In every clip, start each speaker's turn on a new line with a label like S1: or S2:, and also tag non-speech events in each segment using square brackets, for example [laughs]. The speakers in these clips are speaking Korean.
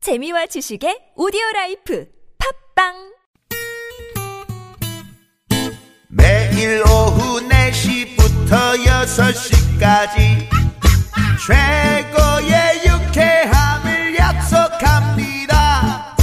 S1: 재미와 지식의 오디오 라이프 팝빵
S2: 매일 오후 4시부터 6시까지 최고의 유쾌함을 약속합니다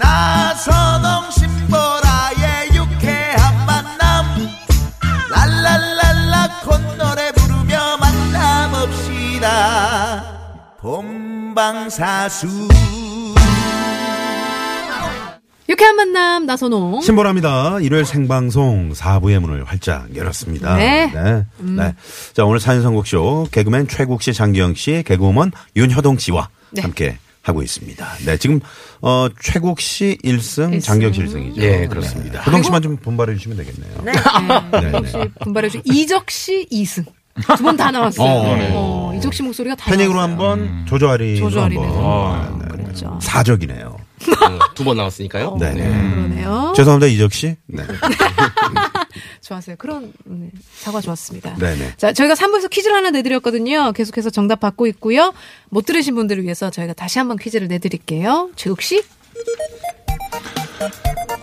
S2: 나선홍 신보라의 유쾌한 만남 랄랄랄라 콧노래 부르며 만남 없시다 본방사수
S3: 유쾌한 만남 나선홍.
S4: 신보라입니다. 일요일 생방송 4부의 문을 활짝 열었습니다.
S3: 네.
S4: 네. 네. 자, 오늘 사연 선곡쇼 개그맨 최국 씨, 장기영 씨, 개그우먼 윤효동 씨와
S3: 네.
S4: 함께 하고 있습니다. 네. 지금, 어, 최국 씨 1승, 장기영 씨 1승이죠.
S5: 예, 그렇습니다.
S4: 네. 효동 씨만 좀 분발해 주시면 되겠네요. 네. 네,
S3: 역시 분발해 주 이적 씨 이승. 두 번 다 나왔어요. 어, 이적 씨 목소리가 다
S4: 네. 패닉으로
S3: 나왔어요.
S5: 음.
S3: 그렇죠.
S4: 한번 조조아리.
S3: 조조아리네.
S4: 한번. 네, 네.
S3: 그랬죠.
S4: 사적이네요.
S5: 두 번 나왔으니까요.
S4: 네, 네.
S3: 그러네요.
S4: 죄송합니다, 이적 씨. [laughs] 네.
S3: 좋았어요. 그런 네, 사과 좋았습니다.
S4: 네네.
S3: 자, 저희가 3부에서 퀴즈를 하나 내드렸거든요. 계속해서 정답 받고 있고요. 못 들으신 분들을 위해서 저희가 다시 한번 퀴즈를 내드릴게요. 최욱 씨.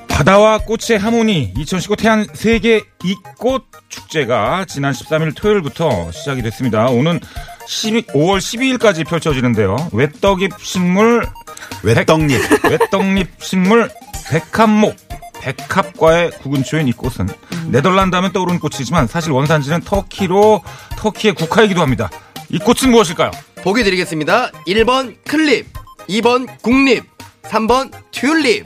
S6: 바다와 꽃의 하모니 2019 태안 세계 이꽃 축제가 지난 13일 토요일부터 시작이 됐습니다. 오는 12, 5월 12일까지 펼쳐지는데요. 외떡잎 식물
S4: 외떡잎.
S6: 외떡잎 [laughs] 식물 백합목 백합과의 구근초인 이 꽃은 네덜란드 하면 떠오르는 꽃이지만 사실 원산지는 터키로 터키의 국화이기도 합니다. 이 꽃은 무엇일까요?
S5: 보기 드리겠습니다. 1번 클립, 2번 국립, 3번 튤립.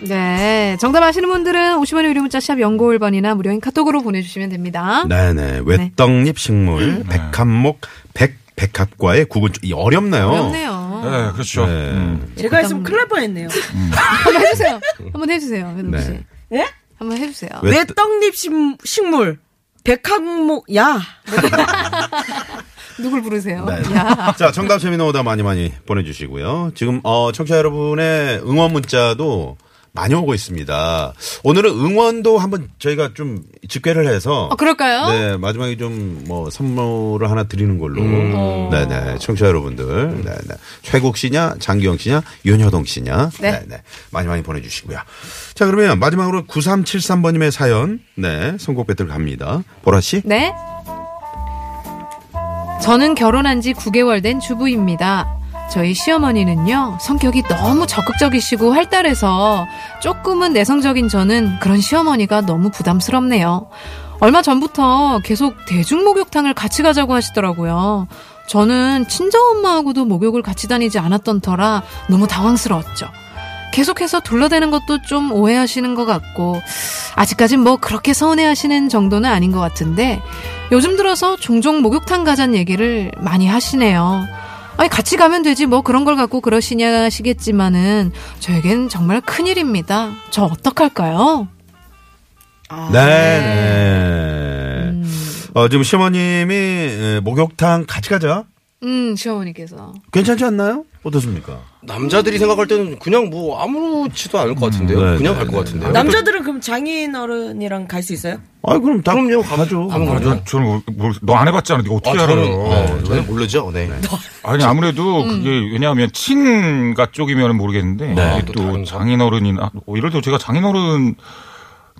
S3: 네. 정답 아시는 분들은 50원의 유료 문자 샵 0951번이나 무료인 카톡으로 보내주시면 됩니다.
S4: 네네. 외떡잎 식물,
S5: 음.
S4: 백합목, 백, 백합과의 구분, 이 어렵나요?
S3: 어렵네요.
S6: 네, 그렇죠.
S4: 네.
S6: 음.
S7: 제가 했으면 큰일 날 뻔했네요.
S3: 한번 해주세요. 한번 해주세요. 현욱 씨.
S4: 네.
S7: 예?
S3: 한번 해주세요.
S4: 왜
S7: 왜 떡잎 심- 식물? 백항목, 야.
S3: 누굴 부르세요?
S4: 네.
S3: 야.
S4: [laughs] 자, 정답 재미는 오다 많이 많이 보내주시고요. 지금, 어, 청취자 여러분의 응원 문자도 많이 오고 있습니다. 오늘은 응원도 한번 저희가 좀 집계를 해서.
S3: 아, 그럴까요?
S4: 네, 마지막에 좀 뭐 선물을 하나 드리는 걸로.
S3: 음.
S4: 네네. 청취자 여러분들. 네네. 최국 씨냐, 장기영 씨냐, 윤효동 씨냐.
S3: 네.
S4: 네네. 많이 많이 보내주시고요. 자, 그러면 마지막으로 9373번님의 사연. 네. 선곡 배틀 갑니다. 보라 씨.
S3: 네. 저는 결혼한 지 9개월 된 주부입니다. 저희 시어머니는요, 성격이 너무 적극적이시고 활달해서 조금은 내성적인 저는 그런 시어머니가 너무 부담스럽네요. 얼마 전부터 계속 대중목욕탕을 같이 가자고 하시더라고요. 저는 친정엄마하고도 목욕을 같이 다니지 않았던 터라 너무 당황스러웠죠. 계속해서 둘러대는 것도 좀 오해하시는 것 같고, 아직까진 뭐 그렇게 서운해하시는 정도는 아닌 것 같은데 요즘 들어서 종종 목욕탕 가자는 얘기를 많이 하시네요. 아니 같이 가면 되지 뭐 그런 걸 갖고 그러시냐 하시겠지만은 저에겐 정말 큰일입니다. 저 어떡할까요?
S4: 네, 네네. 어, 지금 시어머님이 에, 목욕탕 같이 가자.
S3: 음 시어머니께서
S4: 괜찮지 않나요? 어떻습니까?
S5: 남자들이 생각할 때는 그냥 뭐 아무렇지도 않을 것 같은데요.
S4: 네,
S5: 그냥
S4: 네,
S5: 갈
S4: 네,
S5: 것 같은데요.
S7: 남자들은 그럼 장인 어른이랑 갈 수 있어요?
S4: 아, 그럼 다
S5: 그럼요. 가-
S4: 가죠.
S5: 가면
S6: 아,
S5: 가죠.
S6: 저- 저는 너 안 해봤잖아. 네가
S5: 아,
S6: 어떻게 알아요?
S5: 저는, 네, 저는 모르죠. 네.
S6: 아니 아무래도 그게 왜냐하면 친가 쪽이면 모르겠는데
S5: 네.
S6: 이게
S5: 또 다른
S6: 또
S5: 거.
S6: 장인어른이나 어, 이럴 때 제가 장인어른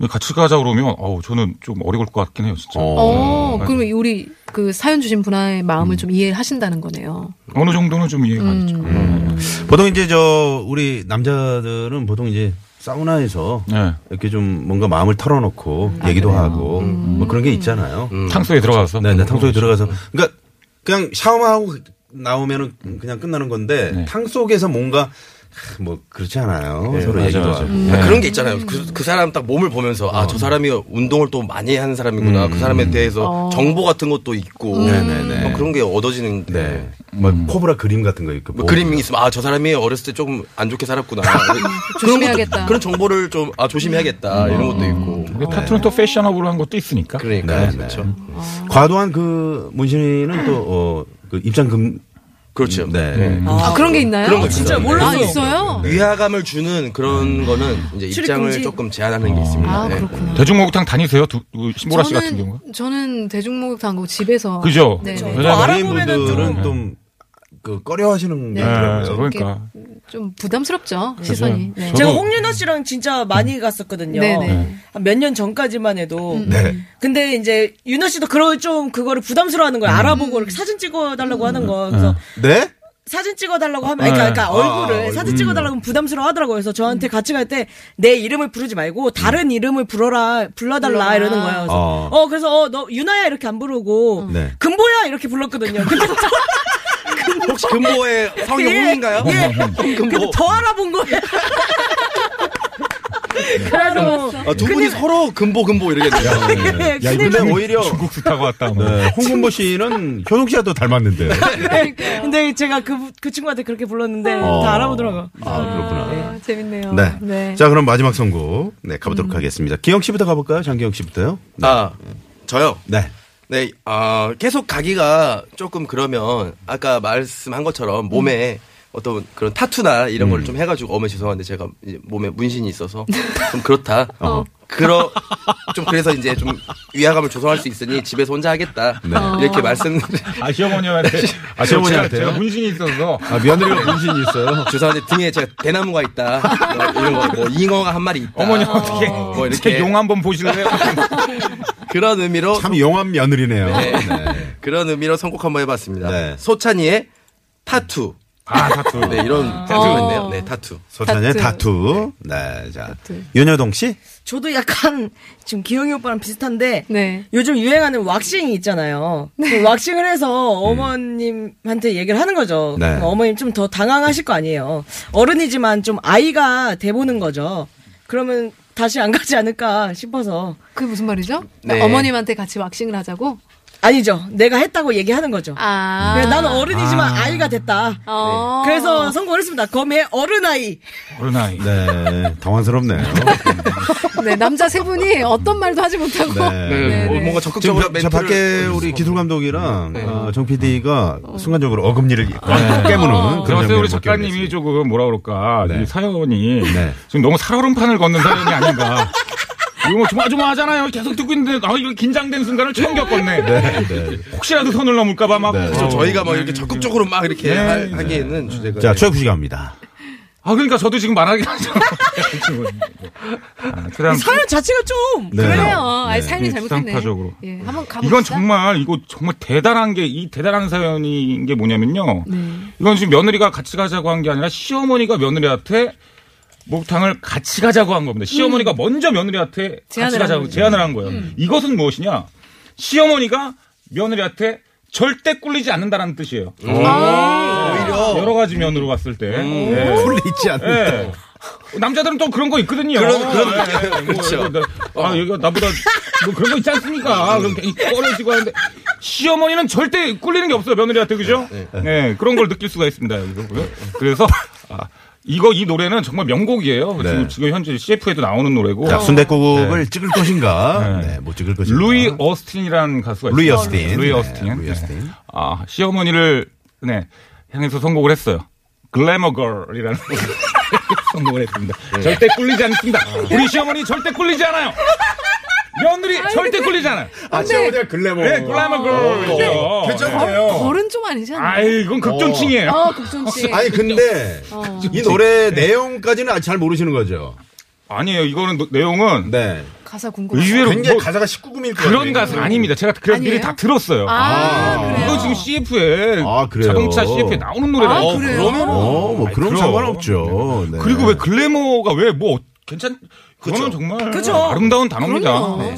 S6: 같이 가자 그러면 어우 저는 좀 어려울 네. 것 같긴 해요 진짜
S3: 어,
S6: 맞아.
S3: 그러면 우리 그 사연 주신 분의 마음을 좀 이해하신다는 거네요.
S6: 어느 정도는 좀 이해가 있죠. 음.
S4: 보통 이제 저 우리 남자들은 보통 이제 사우나에서
S6: 네.
S4: 이렇게 좀 뭔가 마음을 털어놓고 얘기도 하고 뭐 그런 게 있잖아요.
S6: 탕수에 들어가서
S4: 네, 네, 탕 속에 들어가서 그러니까 그냥 샤워만 하고 나오면은 그냥 끝나는 건데 탕 속에서 뭔가 하, 뭐 그렇지 않아요. 서로
S6: 맞아요,
S4: 얘기도
S6: 맞아요.
S4: 하고.
S3: 네.
S5: 아, 그런 게 있잖아요. 그, 그 사람 딱 몸을 보면서 아 저 사람이 운동을 또 많이 하는 사람이구나. 그 사람에
S3: 어.
S5: 대해서 정보 같은 것도 있고
S3: 음.
S4: 네네네.
S5: 뭐 그런 게 얻어지는데
S4: 네. 뭐 코브라 그림 같은 거 있고.
S5: 뭐 그림이 있으면 아 저 사람이 어렸을 때 조금 안
S3: [laughs]
S5: 좋게 살았구나.
S3: 조심해야겠다.
S5: 것도, 그런 정보를 좀 아 조심해야겠다 이런 것도 있고.
S6: 근데 타투는 또 패션업으로 한 것도 있으니까.
S5: 그러니까
S4: 네,
S5: 요
S4: 네.
S5: 그렇죠.
S4: 과도한 그 문신은 또, 어, 그 입장금.
S5: 그렇죠.
S4: 네.
S3: 아, 그런 게 있나요?
S5: 그런 거
S7: 진짜
S5: 있어요.
S3: 아
S7: 몰랐어요.
S3: 있어요?
S6: 네.
S5: 위화감을 주는 그런 거는 이제
S7: 출입
S5: 입장을
S7: 금지.
S5: 조금 제한하는 게 있습니다.
S3: 아
S5: 네.
S3: 그렇구나.
S6: 대중목욕탕 다니세요? 두, 그 신보라 씨 같은 경우가?
S3: 저는 저는 대중목욕탕 고 집에서
S6: 그죠?
S3: 네.
S4: 뭐
S6: 그죠.
S3: 네.
S6: 왜냐면
S7: 알아보면은
S4: 분들은 좀, 그, 꺼려 하시는 게
S6: 네,
S4: 있더라고요.
S6: 그러니까.
S3: 좀 부담스럽죠. 시선이. 네.
S6: 저도-
S7: 제가 홍윤아 씨랑 진짜 많이 갔었거든요.
S3: 네네.
S7: 몇 년 전까지만 해도.
S4: 네.
S7: 근데 이제 윤아 씨도 그걸 좀 그거를 부담스러워하는 걸 알아보고 이렇게 사진 찍어달라고 하는 거. 그래서
S4: 네?
S7: 사진 찍어달라고 하면, 아니, 그러니까, 그러니까 얼굴을 사진 찍어달라고 하면 부담스러워 하더라고요. 그래서 저한테 같이 갈 때 내 이름을 부르지 말고 다른 이름을 불러라, 불러달라
S3: 불러라.
S7: 이러는 거예요. 그래서
S4: 어.
S7: 어, 그래서 어, 너 유나야 이렇게 안 부르고
S4: 네.
S7: 금보야 이렇게 불렀거든요. 근데 저-
S5: 혹시 금보의 성이
S7: 예,
S5: 홍인가요?
S7: 예. 근데
S5: 금보.
S7: 더 알아본 거예요. 그래서
S5: 아, 두 분이 서로 금보 금보 이러겠네요.
S7: 예,
S4: 야,
S7: 큰일
S4: 근데
S7: 났네.
S4: 오히려
S6: 중국 수 타고 왔다. 뭐.
S4: 네, 홍군보 씨는 효동 씨가 또 닮았는데.
S7: 근데 제가 그, 그 친구한테 그렇게 불렀는데
S4: 어.
S7: 다 알아보더라고요.
S4: 아, 그렇구나.
S3: 아, 재밌네요.
S4: 네.
S3: 네.
S4: 자, 그럼 마지막 선곡. 네, 가보도록 하겠습니다. 기영 씨부터 가볼까요? 장기영 씨부터요?
S5: 아, 저요.
S4: 네.
S5: 네, 아, 계속 가기가 조금 그러면 아까 말씀한 것처럼
S7: 음.
S5: 몸에 어떤 그런 타투나 이런 걸 좀 해가지고 어머 죄송한데 제가 이제 몸에 문신이 있어서 좀 [laughs] 그렇다. 그러 좀 그래서 이제 좀 위화감을 조성할 수 있으니 집에서 혼자 하겠다 이렇게 말씀
S6: 아, 시어머니한테. 아,
S4: 시어머니한테요?
S6: 제가 문신이 있어서.
S4: 아, 며느리가 문신이 있어요.
S5: [laughs] 죄송한데 등에 제가 대나무가 있다 뭐 이런 거뭐 잉어가 한 마리 있다
S6: 어머니 어떻게
S5: 뭐 이렇게
S6: 제 용 한번 보실래요?
S5: 그런 의미로
S4: 참 용한 며느리네요.
S5: 네.
S4: 네.
S5: 그런 의미로 선곡 한번 해봤습니다.
S4: 네.
S5: 소찬이의 타투.
S6: 아, 타투.
S5: 네, 이런 타투가 있네요. 네, 타투.
S4: 소찬의
S3: 타투.
S4: 타투. 네, 자. 윤여동 씨?
S7: 저도 약간 지금 기영이 오빠랑 비슷한데
S3: 네.
S7: 요즘 유행하는 왁싱이 있잖아요. 그 왁싱을 해서 어머님한테 얘기를 하는 거죠.
S4: 네.
S7: 그럼 어머님 좀 더 당황하실 거 아니에요. 어른이지만 좀 아이가 돼보는 거죠. 그러면 다시 안 가지 않을까 싶어서
S3: 그게 무슨 말이죠?
S5: 네.
S3: 어머님한테 같이 왁싱을 하자고?
S7: 아니죠. 내가 했다고 얘기하는 거죠.
S3: 아.
S7: 그냥 나는 어른이지만 아. 이가 됐다.
S3: 어.
S7: 그래서 성공했습니다. 검의 어른 아이.
S6: 어른아이.
S4: 네, 당황스럽네요.
S3: 네, 남자 세 분이 어떤 말도 하지 못하고.
S4: 네.
S5: 네,
S3: 네,
S5: 뭐
S3: 네.
S5: 뭔가
S4: 지금
S5: 적극적으로
S4: 바- 저 밖에 우리 기술 감독이랑 어, 정 PD가 순간적으로 어금니를 깨무는 그런
S6: 어, 제가 봤을 때
S4: 장면을
S6: 우리
S4: 못
S6: 작가님이
S4: 견뎌냈습니다.
S6: 조금 뭐라 그럴까.
S4: 네.
S6: 이 사연이
S4: 네.
S6: 지금 너무 살얼음판을 걷는 사연이 아닌가. 이거 뭐 조마조마하잖아요. 계속 듣고 있는데, 아, 이거 긴장된 순간을 처음 겪었네.
S4: 네.
S6: 혹시라도 선을 넘을까봐 막.
S4: 네.
S5: 그렇죠.
S6: 어,
S5: 저희가 막
S6: 네.
S5: 이렇게 적극적으로 막 이렇게
S6: 네,
S5: 할- 하기에는 주제가
S4: 자, 최국 씨가 합니다.
S6: 아, 그러니까 저도 지금
S5: [laughs]
S6: 말하긴 하죠. 아, 최대한
S7: 사연 자체가 좀
S4: 네.
S3: 그래요. 아니, 삶이
S6: 네,
S3: 잘못됐네.
S6: 지상파적으로.
S3: 예, 한번 가봅시다.
S6: 이건 정말 이거 정말 대단한 게 이 대단한 사연인 게 뭐냐면요.
S3: 네.
S6: 이건 지금 며느리가 같이 가자고 한 게 아니라 시어머니가 며느리한테 목탕을 같이 가자고 한 겁니다. 시어머니가 먼저 며느리한테 같이
S3: 음. 제안을 한 음.
S6: 가자고
S3: 거죠.
S6: 제안을 한 거예요. 이것은 무엇이냐? 시어머니가 며느리한테 절대 꿀리지 않는다라는 뜻이에요.
S3: 아.
S6: 네.
S5: 오히려 음.
S6: 여러 가지 면으로 봤을 때. 네.
S4: 풀 있지 않는
S6: 예. 남자들은 또 그런 거 있거든요.
S5: 그런- 그런-
S6: 예, 예.
S5: 그렇죠.
S6: 뭐, 이거 나- 아, 얘가 나보다 뭐 그런 거 있지 않습니까? 그럼 괜히 꺼려지고 하는데 시어머니는 절대 꿀리는 게 없어요. 며느리한테 그죠? 네, 그런 걸 느낄 수가 있습니다. 여기서. 그래서 아, 이거 이 노래는 정말 명곡이에요.
S4: 네.
S6: 지금, 지금 현재 CF에도 나오는 노래고
S4: 자, 순대국을 찍을 것인가? 네. 못 찍을 것인가?
S6: 어. 루이 어스틴이라는 가수가
S4: 루이
S6: 있어요.
S4: 어스틴.
S6: 루이
S4: 네,
S6: 어스틴.
S4: 루이 어스틴.
S6: 아, 시어머니를 네, 향해서 선곡을 했어요. 글래머걸이라는 [laughs] 선곡을 했습니다.
S4: 네.
S6: 절대 꿀리지 않습니다.
S4: 아.
S6: 우리 시어머니 절대 꿀리지 않아요. 며느리 절대 꿀리지 않아요.
S4: 아, 시어머니가 어. 글래머.
S6: 네, 글래머걸이죠.
S3: 어른 좀 아니지 않나?
S6: 아이, 이건 극존칭이에요.
S3: 어, 국존씨.
S4: 아니, 근데 이 노래 내용까지는 아직 잘 모르시는 거죠?
S6: 아니에요. 이거는 노- 내용은
S4: 네.
S3: 가사 궁금해.
S6: 의외로
S4: 굉장히
S6: 뭐
S4: 가사가 19금일 거예요.
S6: 그런 가사 아닙니다. 제가 그래서 미리
S3: 아니에요?
S6: 다 들었어요.
S3: 아, 그래요?
S6: 이거 지금 CF에
S4: 아, 그래요?
S6: 자동차 CF에 나오는 노래라.
S3: 아,
S6: 고
S3: 그래요?
S4: 어, 뭐 그런
S6: 그럼.
S4: 상관없죠. 네.
S6: 그리고 왜 글래머가 왜 뭐 괜찮? 그거는 정말 아름다운 단어입니다.
S3: 그럼요.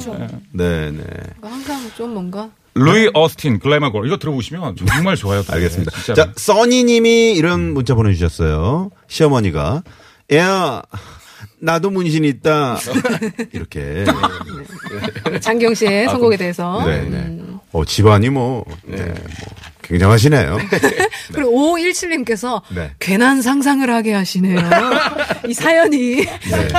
S4: 네, 네.
S3: 항상 좀 뭔가.
S6: 루이 어스틴 글래머걸 이거 들어보시면 정말 [laughs] 좋아요.
S4: 알겠습니다.
S6: 진짜.
S4: 자,
S6: 뭐-
S4: 써니님이 이런 문자 보내주셨어요. 시어머니가 야 나도 문신 이 있다
S6: [laughs]
S4: 이렇게.
S3: 장경 씨의 선곡에 대해서.
S4: 네, 네.
S6: 음.
S4: 어 집안이 뭐, 네, 뭐 굉장하시네요.
S6: [laughs]
S3: 그리고 517님께서
S4: 네.
S3: 괜한 상상을 하게 하시네요. 이 사연이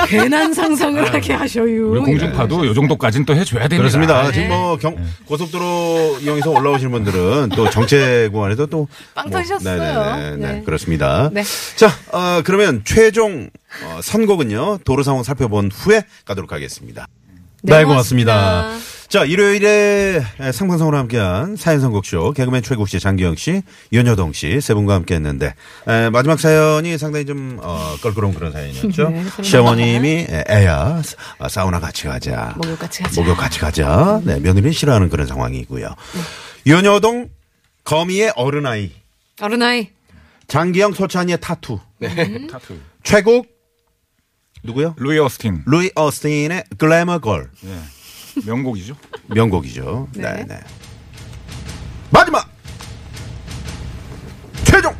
S3: 괜한 상상을 하게
S6: 우리
S3: 하셔요.
S6: 공중파도 요 정도까지는 또 해줘야 됩니다.
S3: 아,
S4: 그렇습니다.
S6: 네.
S4: 지금 뭐 경, 고속도로 이용해서 올라오시는 분들은 또 정체 구간에도 또.
S3: [laughs] 빵
S4: 뭐,
S3: 터셨어요.
S4: 네네네.
S3: 네.
S4: 그렇습니다.
S3: 네.
S4: 자, 어, 그러면 최종 어, 선곡은요. 도로 상황 살펴본 후에 가도록 하겠습니다.
S3: 네,
S4: 네, 고맙습니다.
S3: 고맙습니다.
S4: 자, 일요일에 상방송으로 함께한 사연선곡쇼, 개그맨 최국 씨, 장기영 씨, 윤여동 씨, 세 분과 함께 했는데, 에, 마지막 사연이 상당히 좀, 어, 껄끄러운 그런 사연이었죠.
S3: [laughs] 네, 그런
S4: 시어머님이, 에, 애야, 사- 아, 사우나 같이 가자.
S3: 목욕 같이 가자.
S4: 목욕 같이 가자. 네, 며느리 싫어하는 그런 상황이고요. 윤여동, 거미의 어른아이,
S3: 어른아이.
S4: 장기영 소찬이의 타투,
S6: 네.
S4: 음.
S6: 타투.
S4: 최국, 누구요?
S6: 루이 어스틴
S4: 루이 어스틴의 글래머 걸.
S6: 명곡이죠.
S4: 명곡이죠.
S3: 네.
S4: 네, 네. 마지막 최종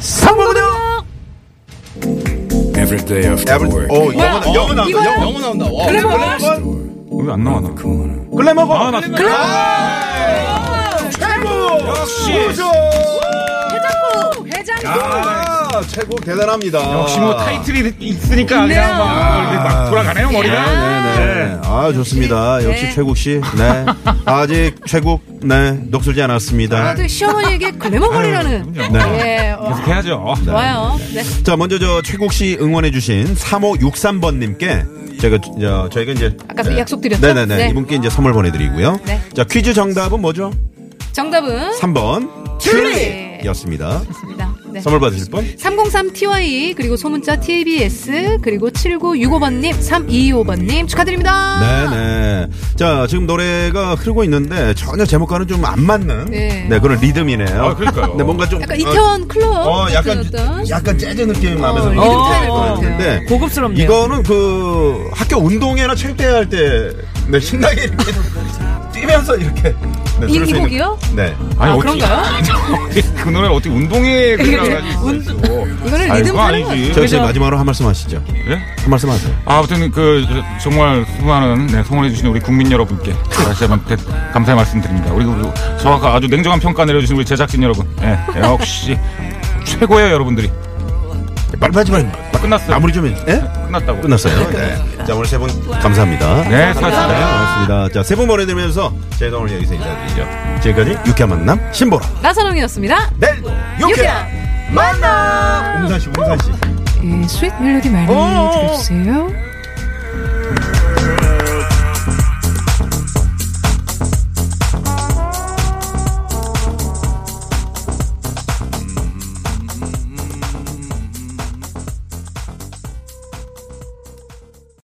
S4: 상무군요.
S8: Every day after work,
S4: 오 영어 영어 나온다. 영어
S5: 영어 나온다. 와.
S6: 왜 안 나와 나?
S4: 글래머건.
S6: 아, 나 진짜
S3: 네.
S4: 최고.
S6: 역시.
S4: 우승! 아, 최고 대단합니다.
S6: 역시 뭐 타이틀이 있으니까 그냥 막, 이렇게 막 아. 돌아가네요 머리가.
S4: 네네. 아 좋습니다. 역시 최국 씨. 네. 아직 최국 네 녹슬지 않았습니다.
S3: 그래도 시어머니에게 글래머걸이라는.
S6: 그럼요.
S3: 네. 어,
S6: 계속 해야죠.
S3: 와요. 네.
S4: 자, 먼저 저 최국 씨 응원해 주신 3563번 님께 저희가 저, 저희가 이제
S3: 아까 그 약속드렸죠?
S4: 네, 네, 네.
S3: 네.
S4: 이분께 이제 선물 보내 드리고요.
S3: 네.
S4: 자, 퀴즈 정답은 뭐죠?
S3: 정답은
S4: 3번
S3: 튤립!
S4: 튤립이었습니다.
S3: 맞습니다. 네.
S4: 선물 받으실 분?
S3: 303TY 그리고 소문자 TBS 그리고 7965번님 325번님 축하드립니다.
S4: 네네. 자, 지금 노래가 흐르고 있는데 전혀 제목과는 좀 안 맞는
S3: 네.
S4: 네, 그런 리듬이네요.
S6: 아, 그러니까요.
S4: [laughs] 네, 뭔가 좀
S3: 약간 이태원 클럽
S4: 어,
S3: 같은
S4: 약간
S3: 어떤
S4: 약간 재즈 느낌 나면서
S3: 어, 이름 차이 날것 같아요.
S4: 데
S7: 고급스럽네요.
S4: 이거는 그 학교 운동회나 체육대회 할 때 네, 신나게 이렇게 [laughs] 뛰면서 이렇게 네,
S3: 이-
S4: 들을 수 있는-
S3: 이곡이요?
S4: 네.
S6: [laughs] 아니,
S3: 아, 그런가요? 그러니까
S6: 그 노래 어떻게 운동에 그려가지고 아,
S3: 이거는 리듬 타는 거죠.
S4: 저 이제 마지막으로 한 말씀 하시죠.
S6: 예?
S4: 한 말씀 하세요.
S6: 아, 아무튼 그 정말 수많은 네, 성원해주신 우리 국민 여러분께 다시 한번 대- 감사의 말씀드립니다. 그리고 저 아까 아주 냉정한 평가 내려주신 우리 제작진 여러분, 예, 역시 최고예요 여러분들이.
S4: 빨리 마지막
S6: 다 끝났어요.
S4: 마무리 좀 해. 예?
S6: 끝났다고.
S4: 끝났어요. 네. 자 오늘 세 분 감사합니다.
S6: 네, 수고하셨습니다.
S4: 고맙습니다. 자 세 분 보내드리면서 저희가 오늘 여기서 인사드리죠. 지금까지 유쾌한 만남 신보라.
S3: 나선홍이었습니다.
S4: 내일도 유쾌한 만남. 웅산 씨, 웅산 씨.
S3: 예, 스윗 멜로디 많이
S4: 어어.
S3: 들어주세요.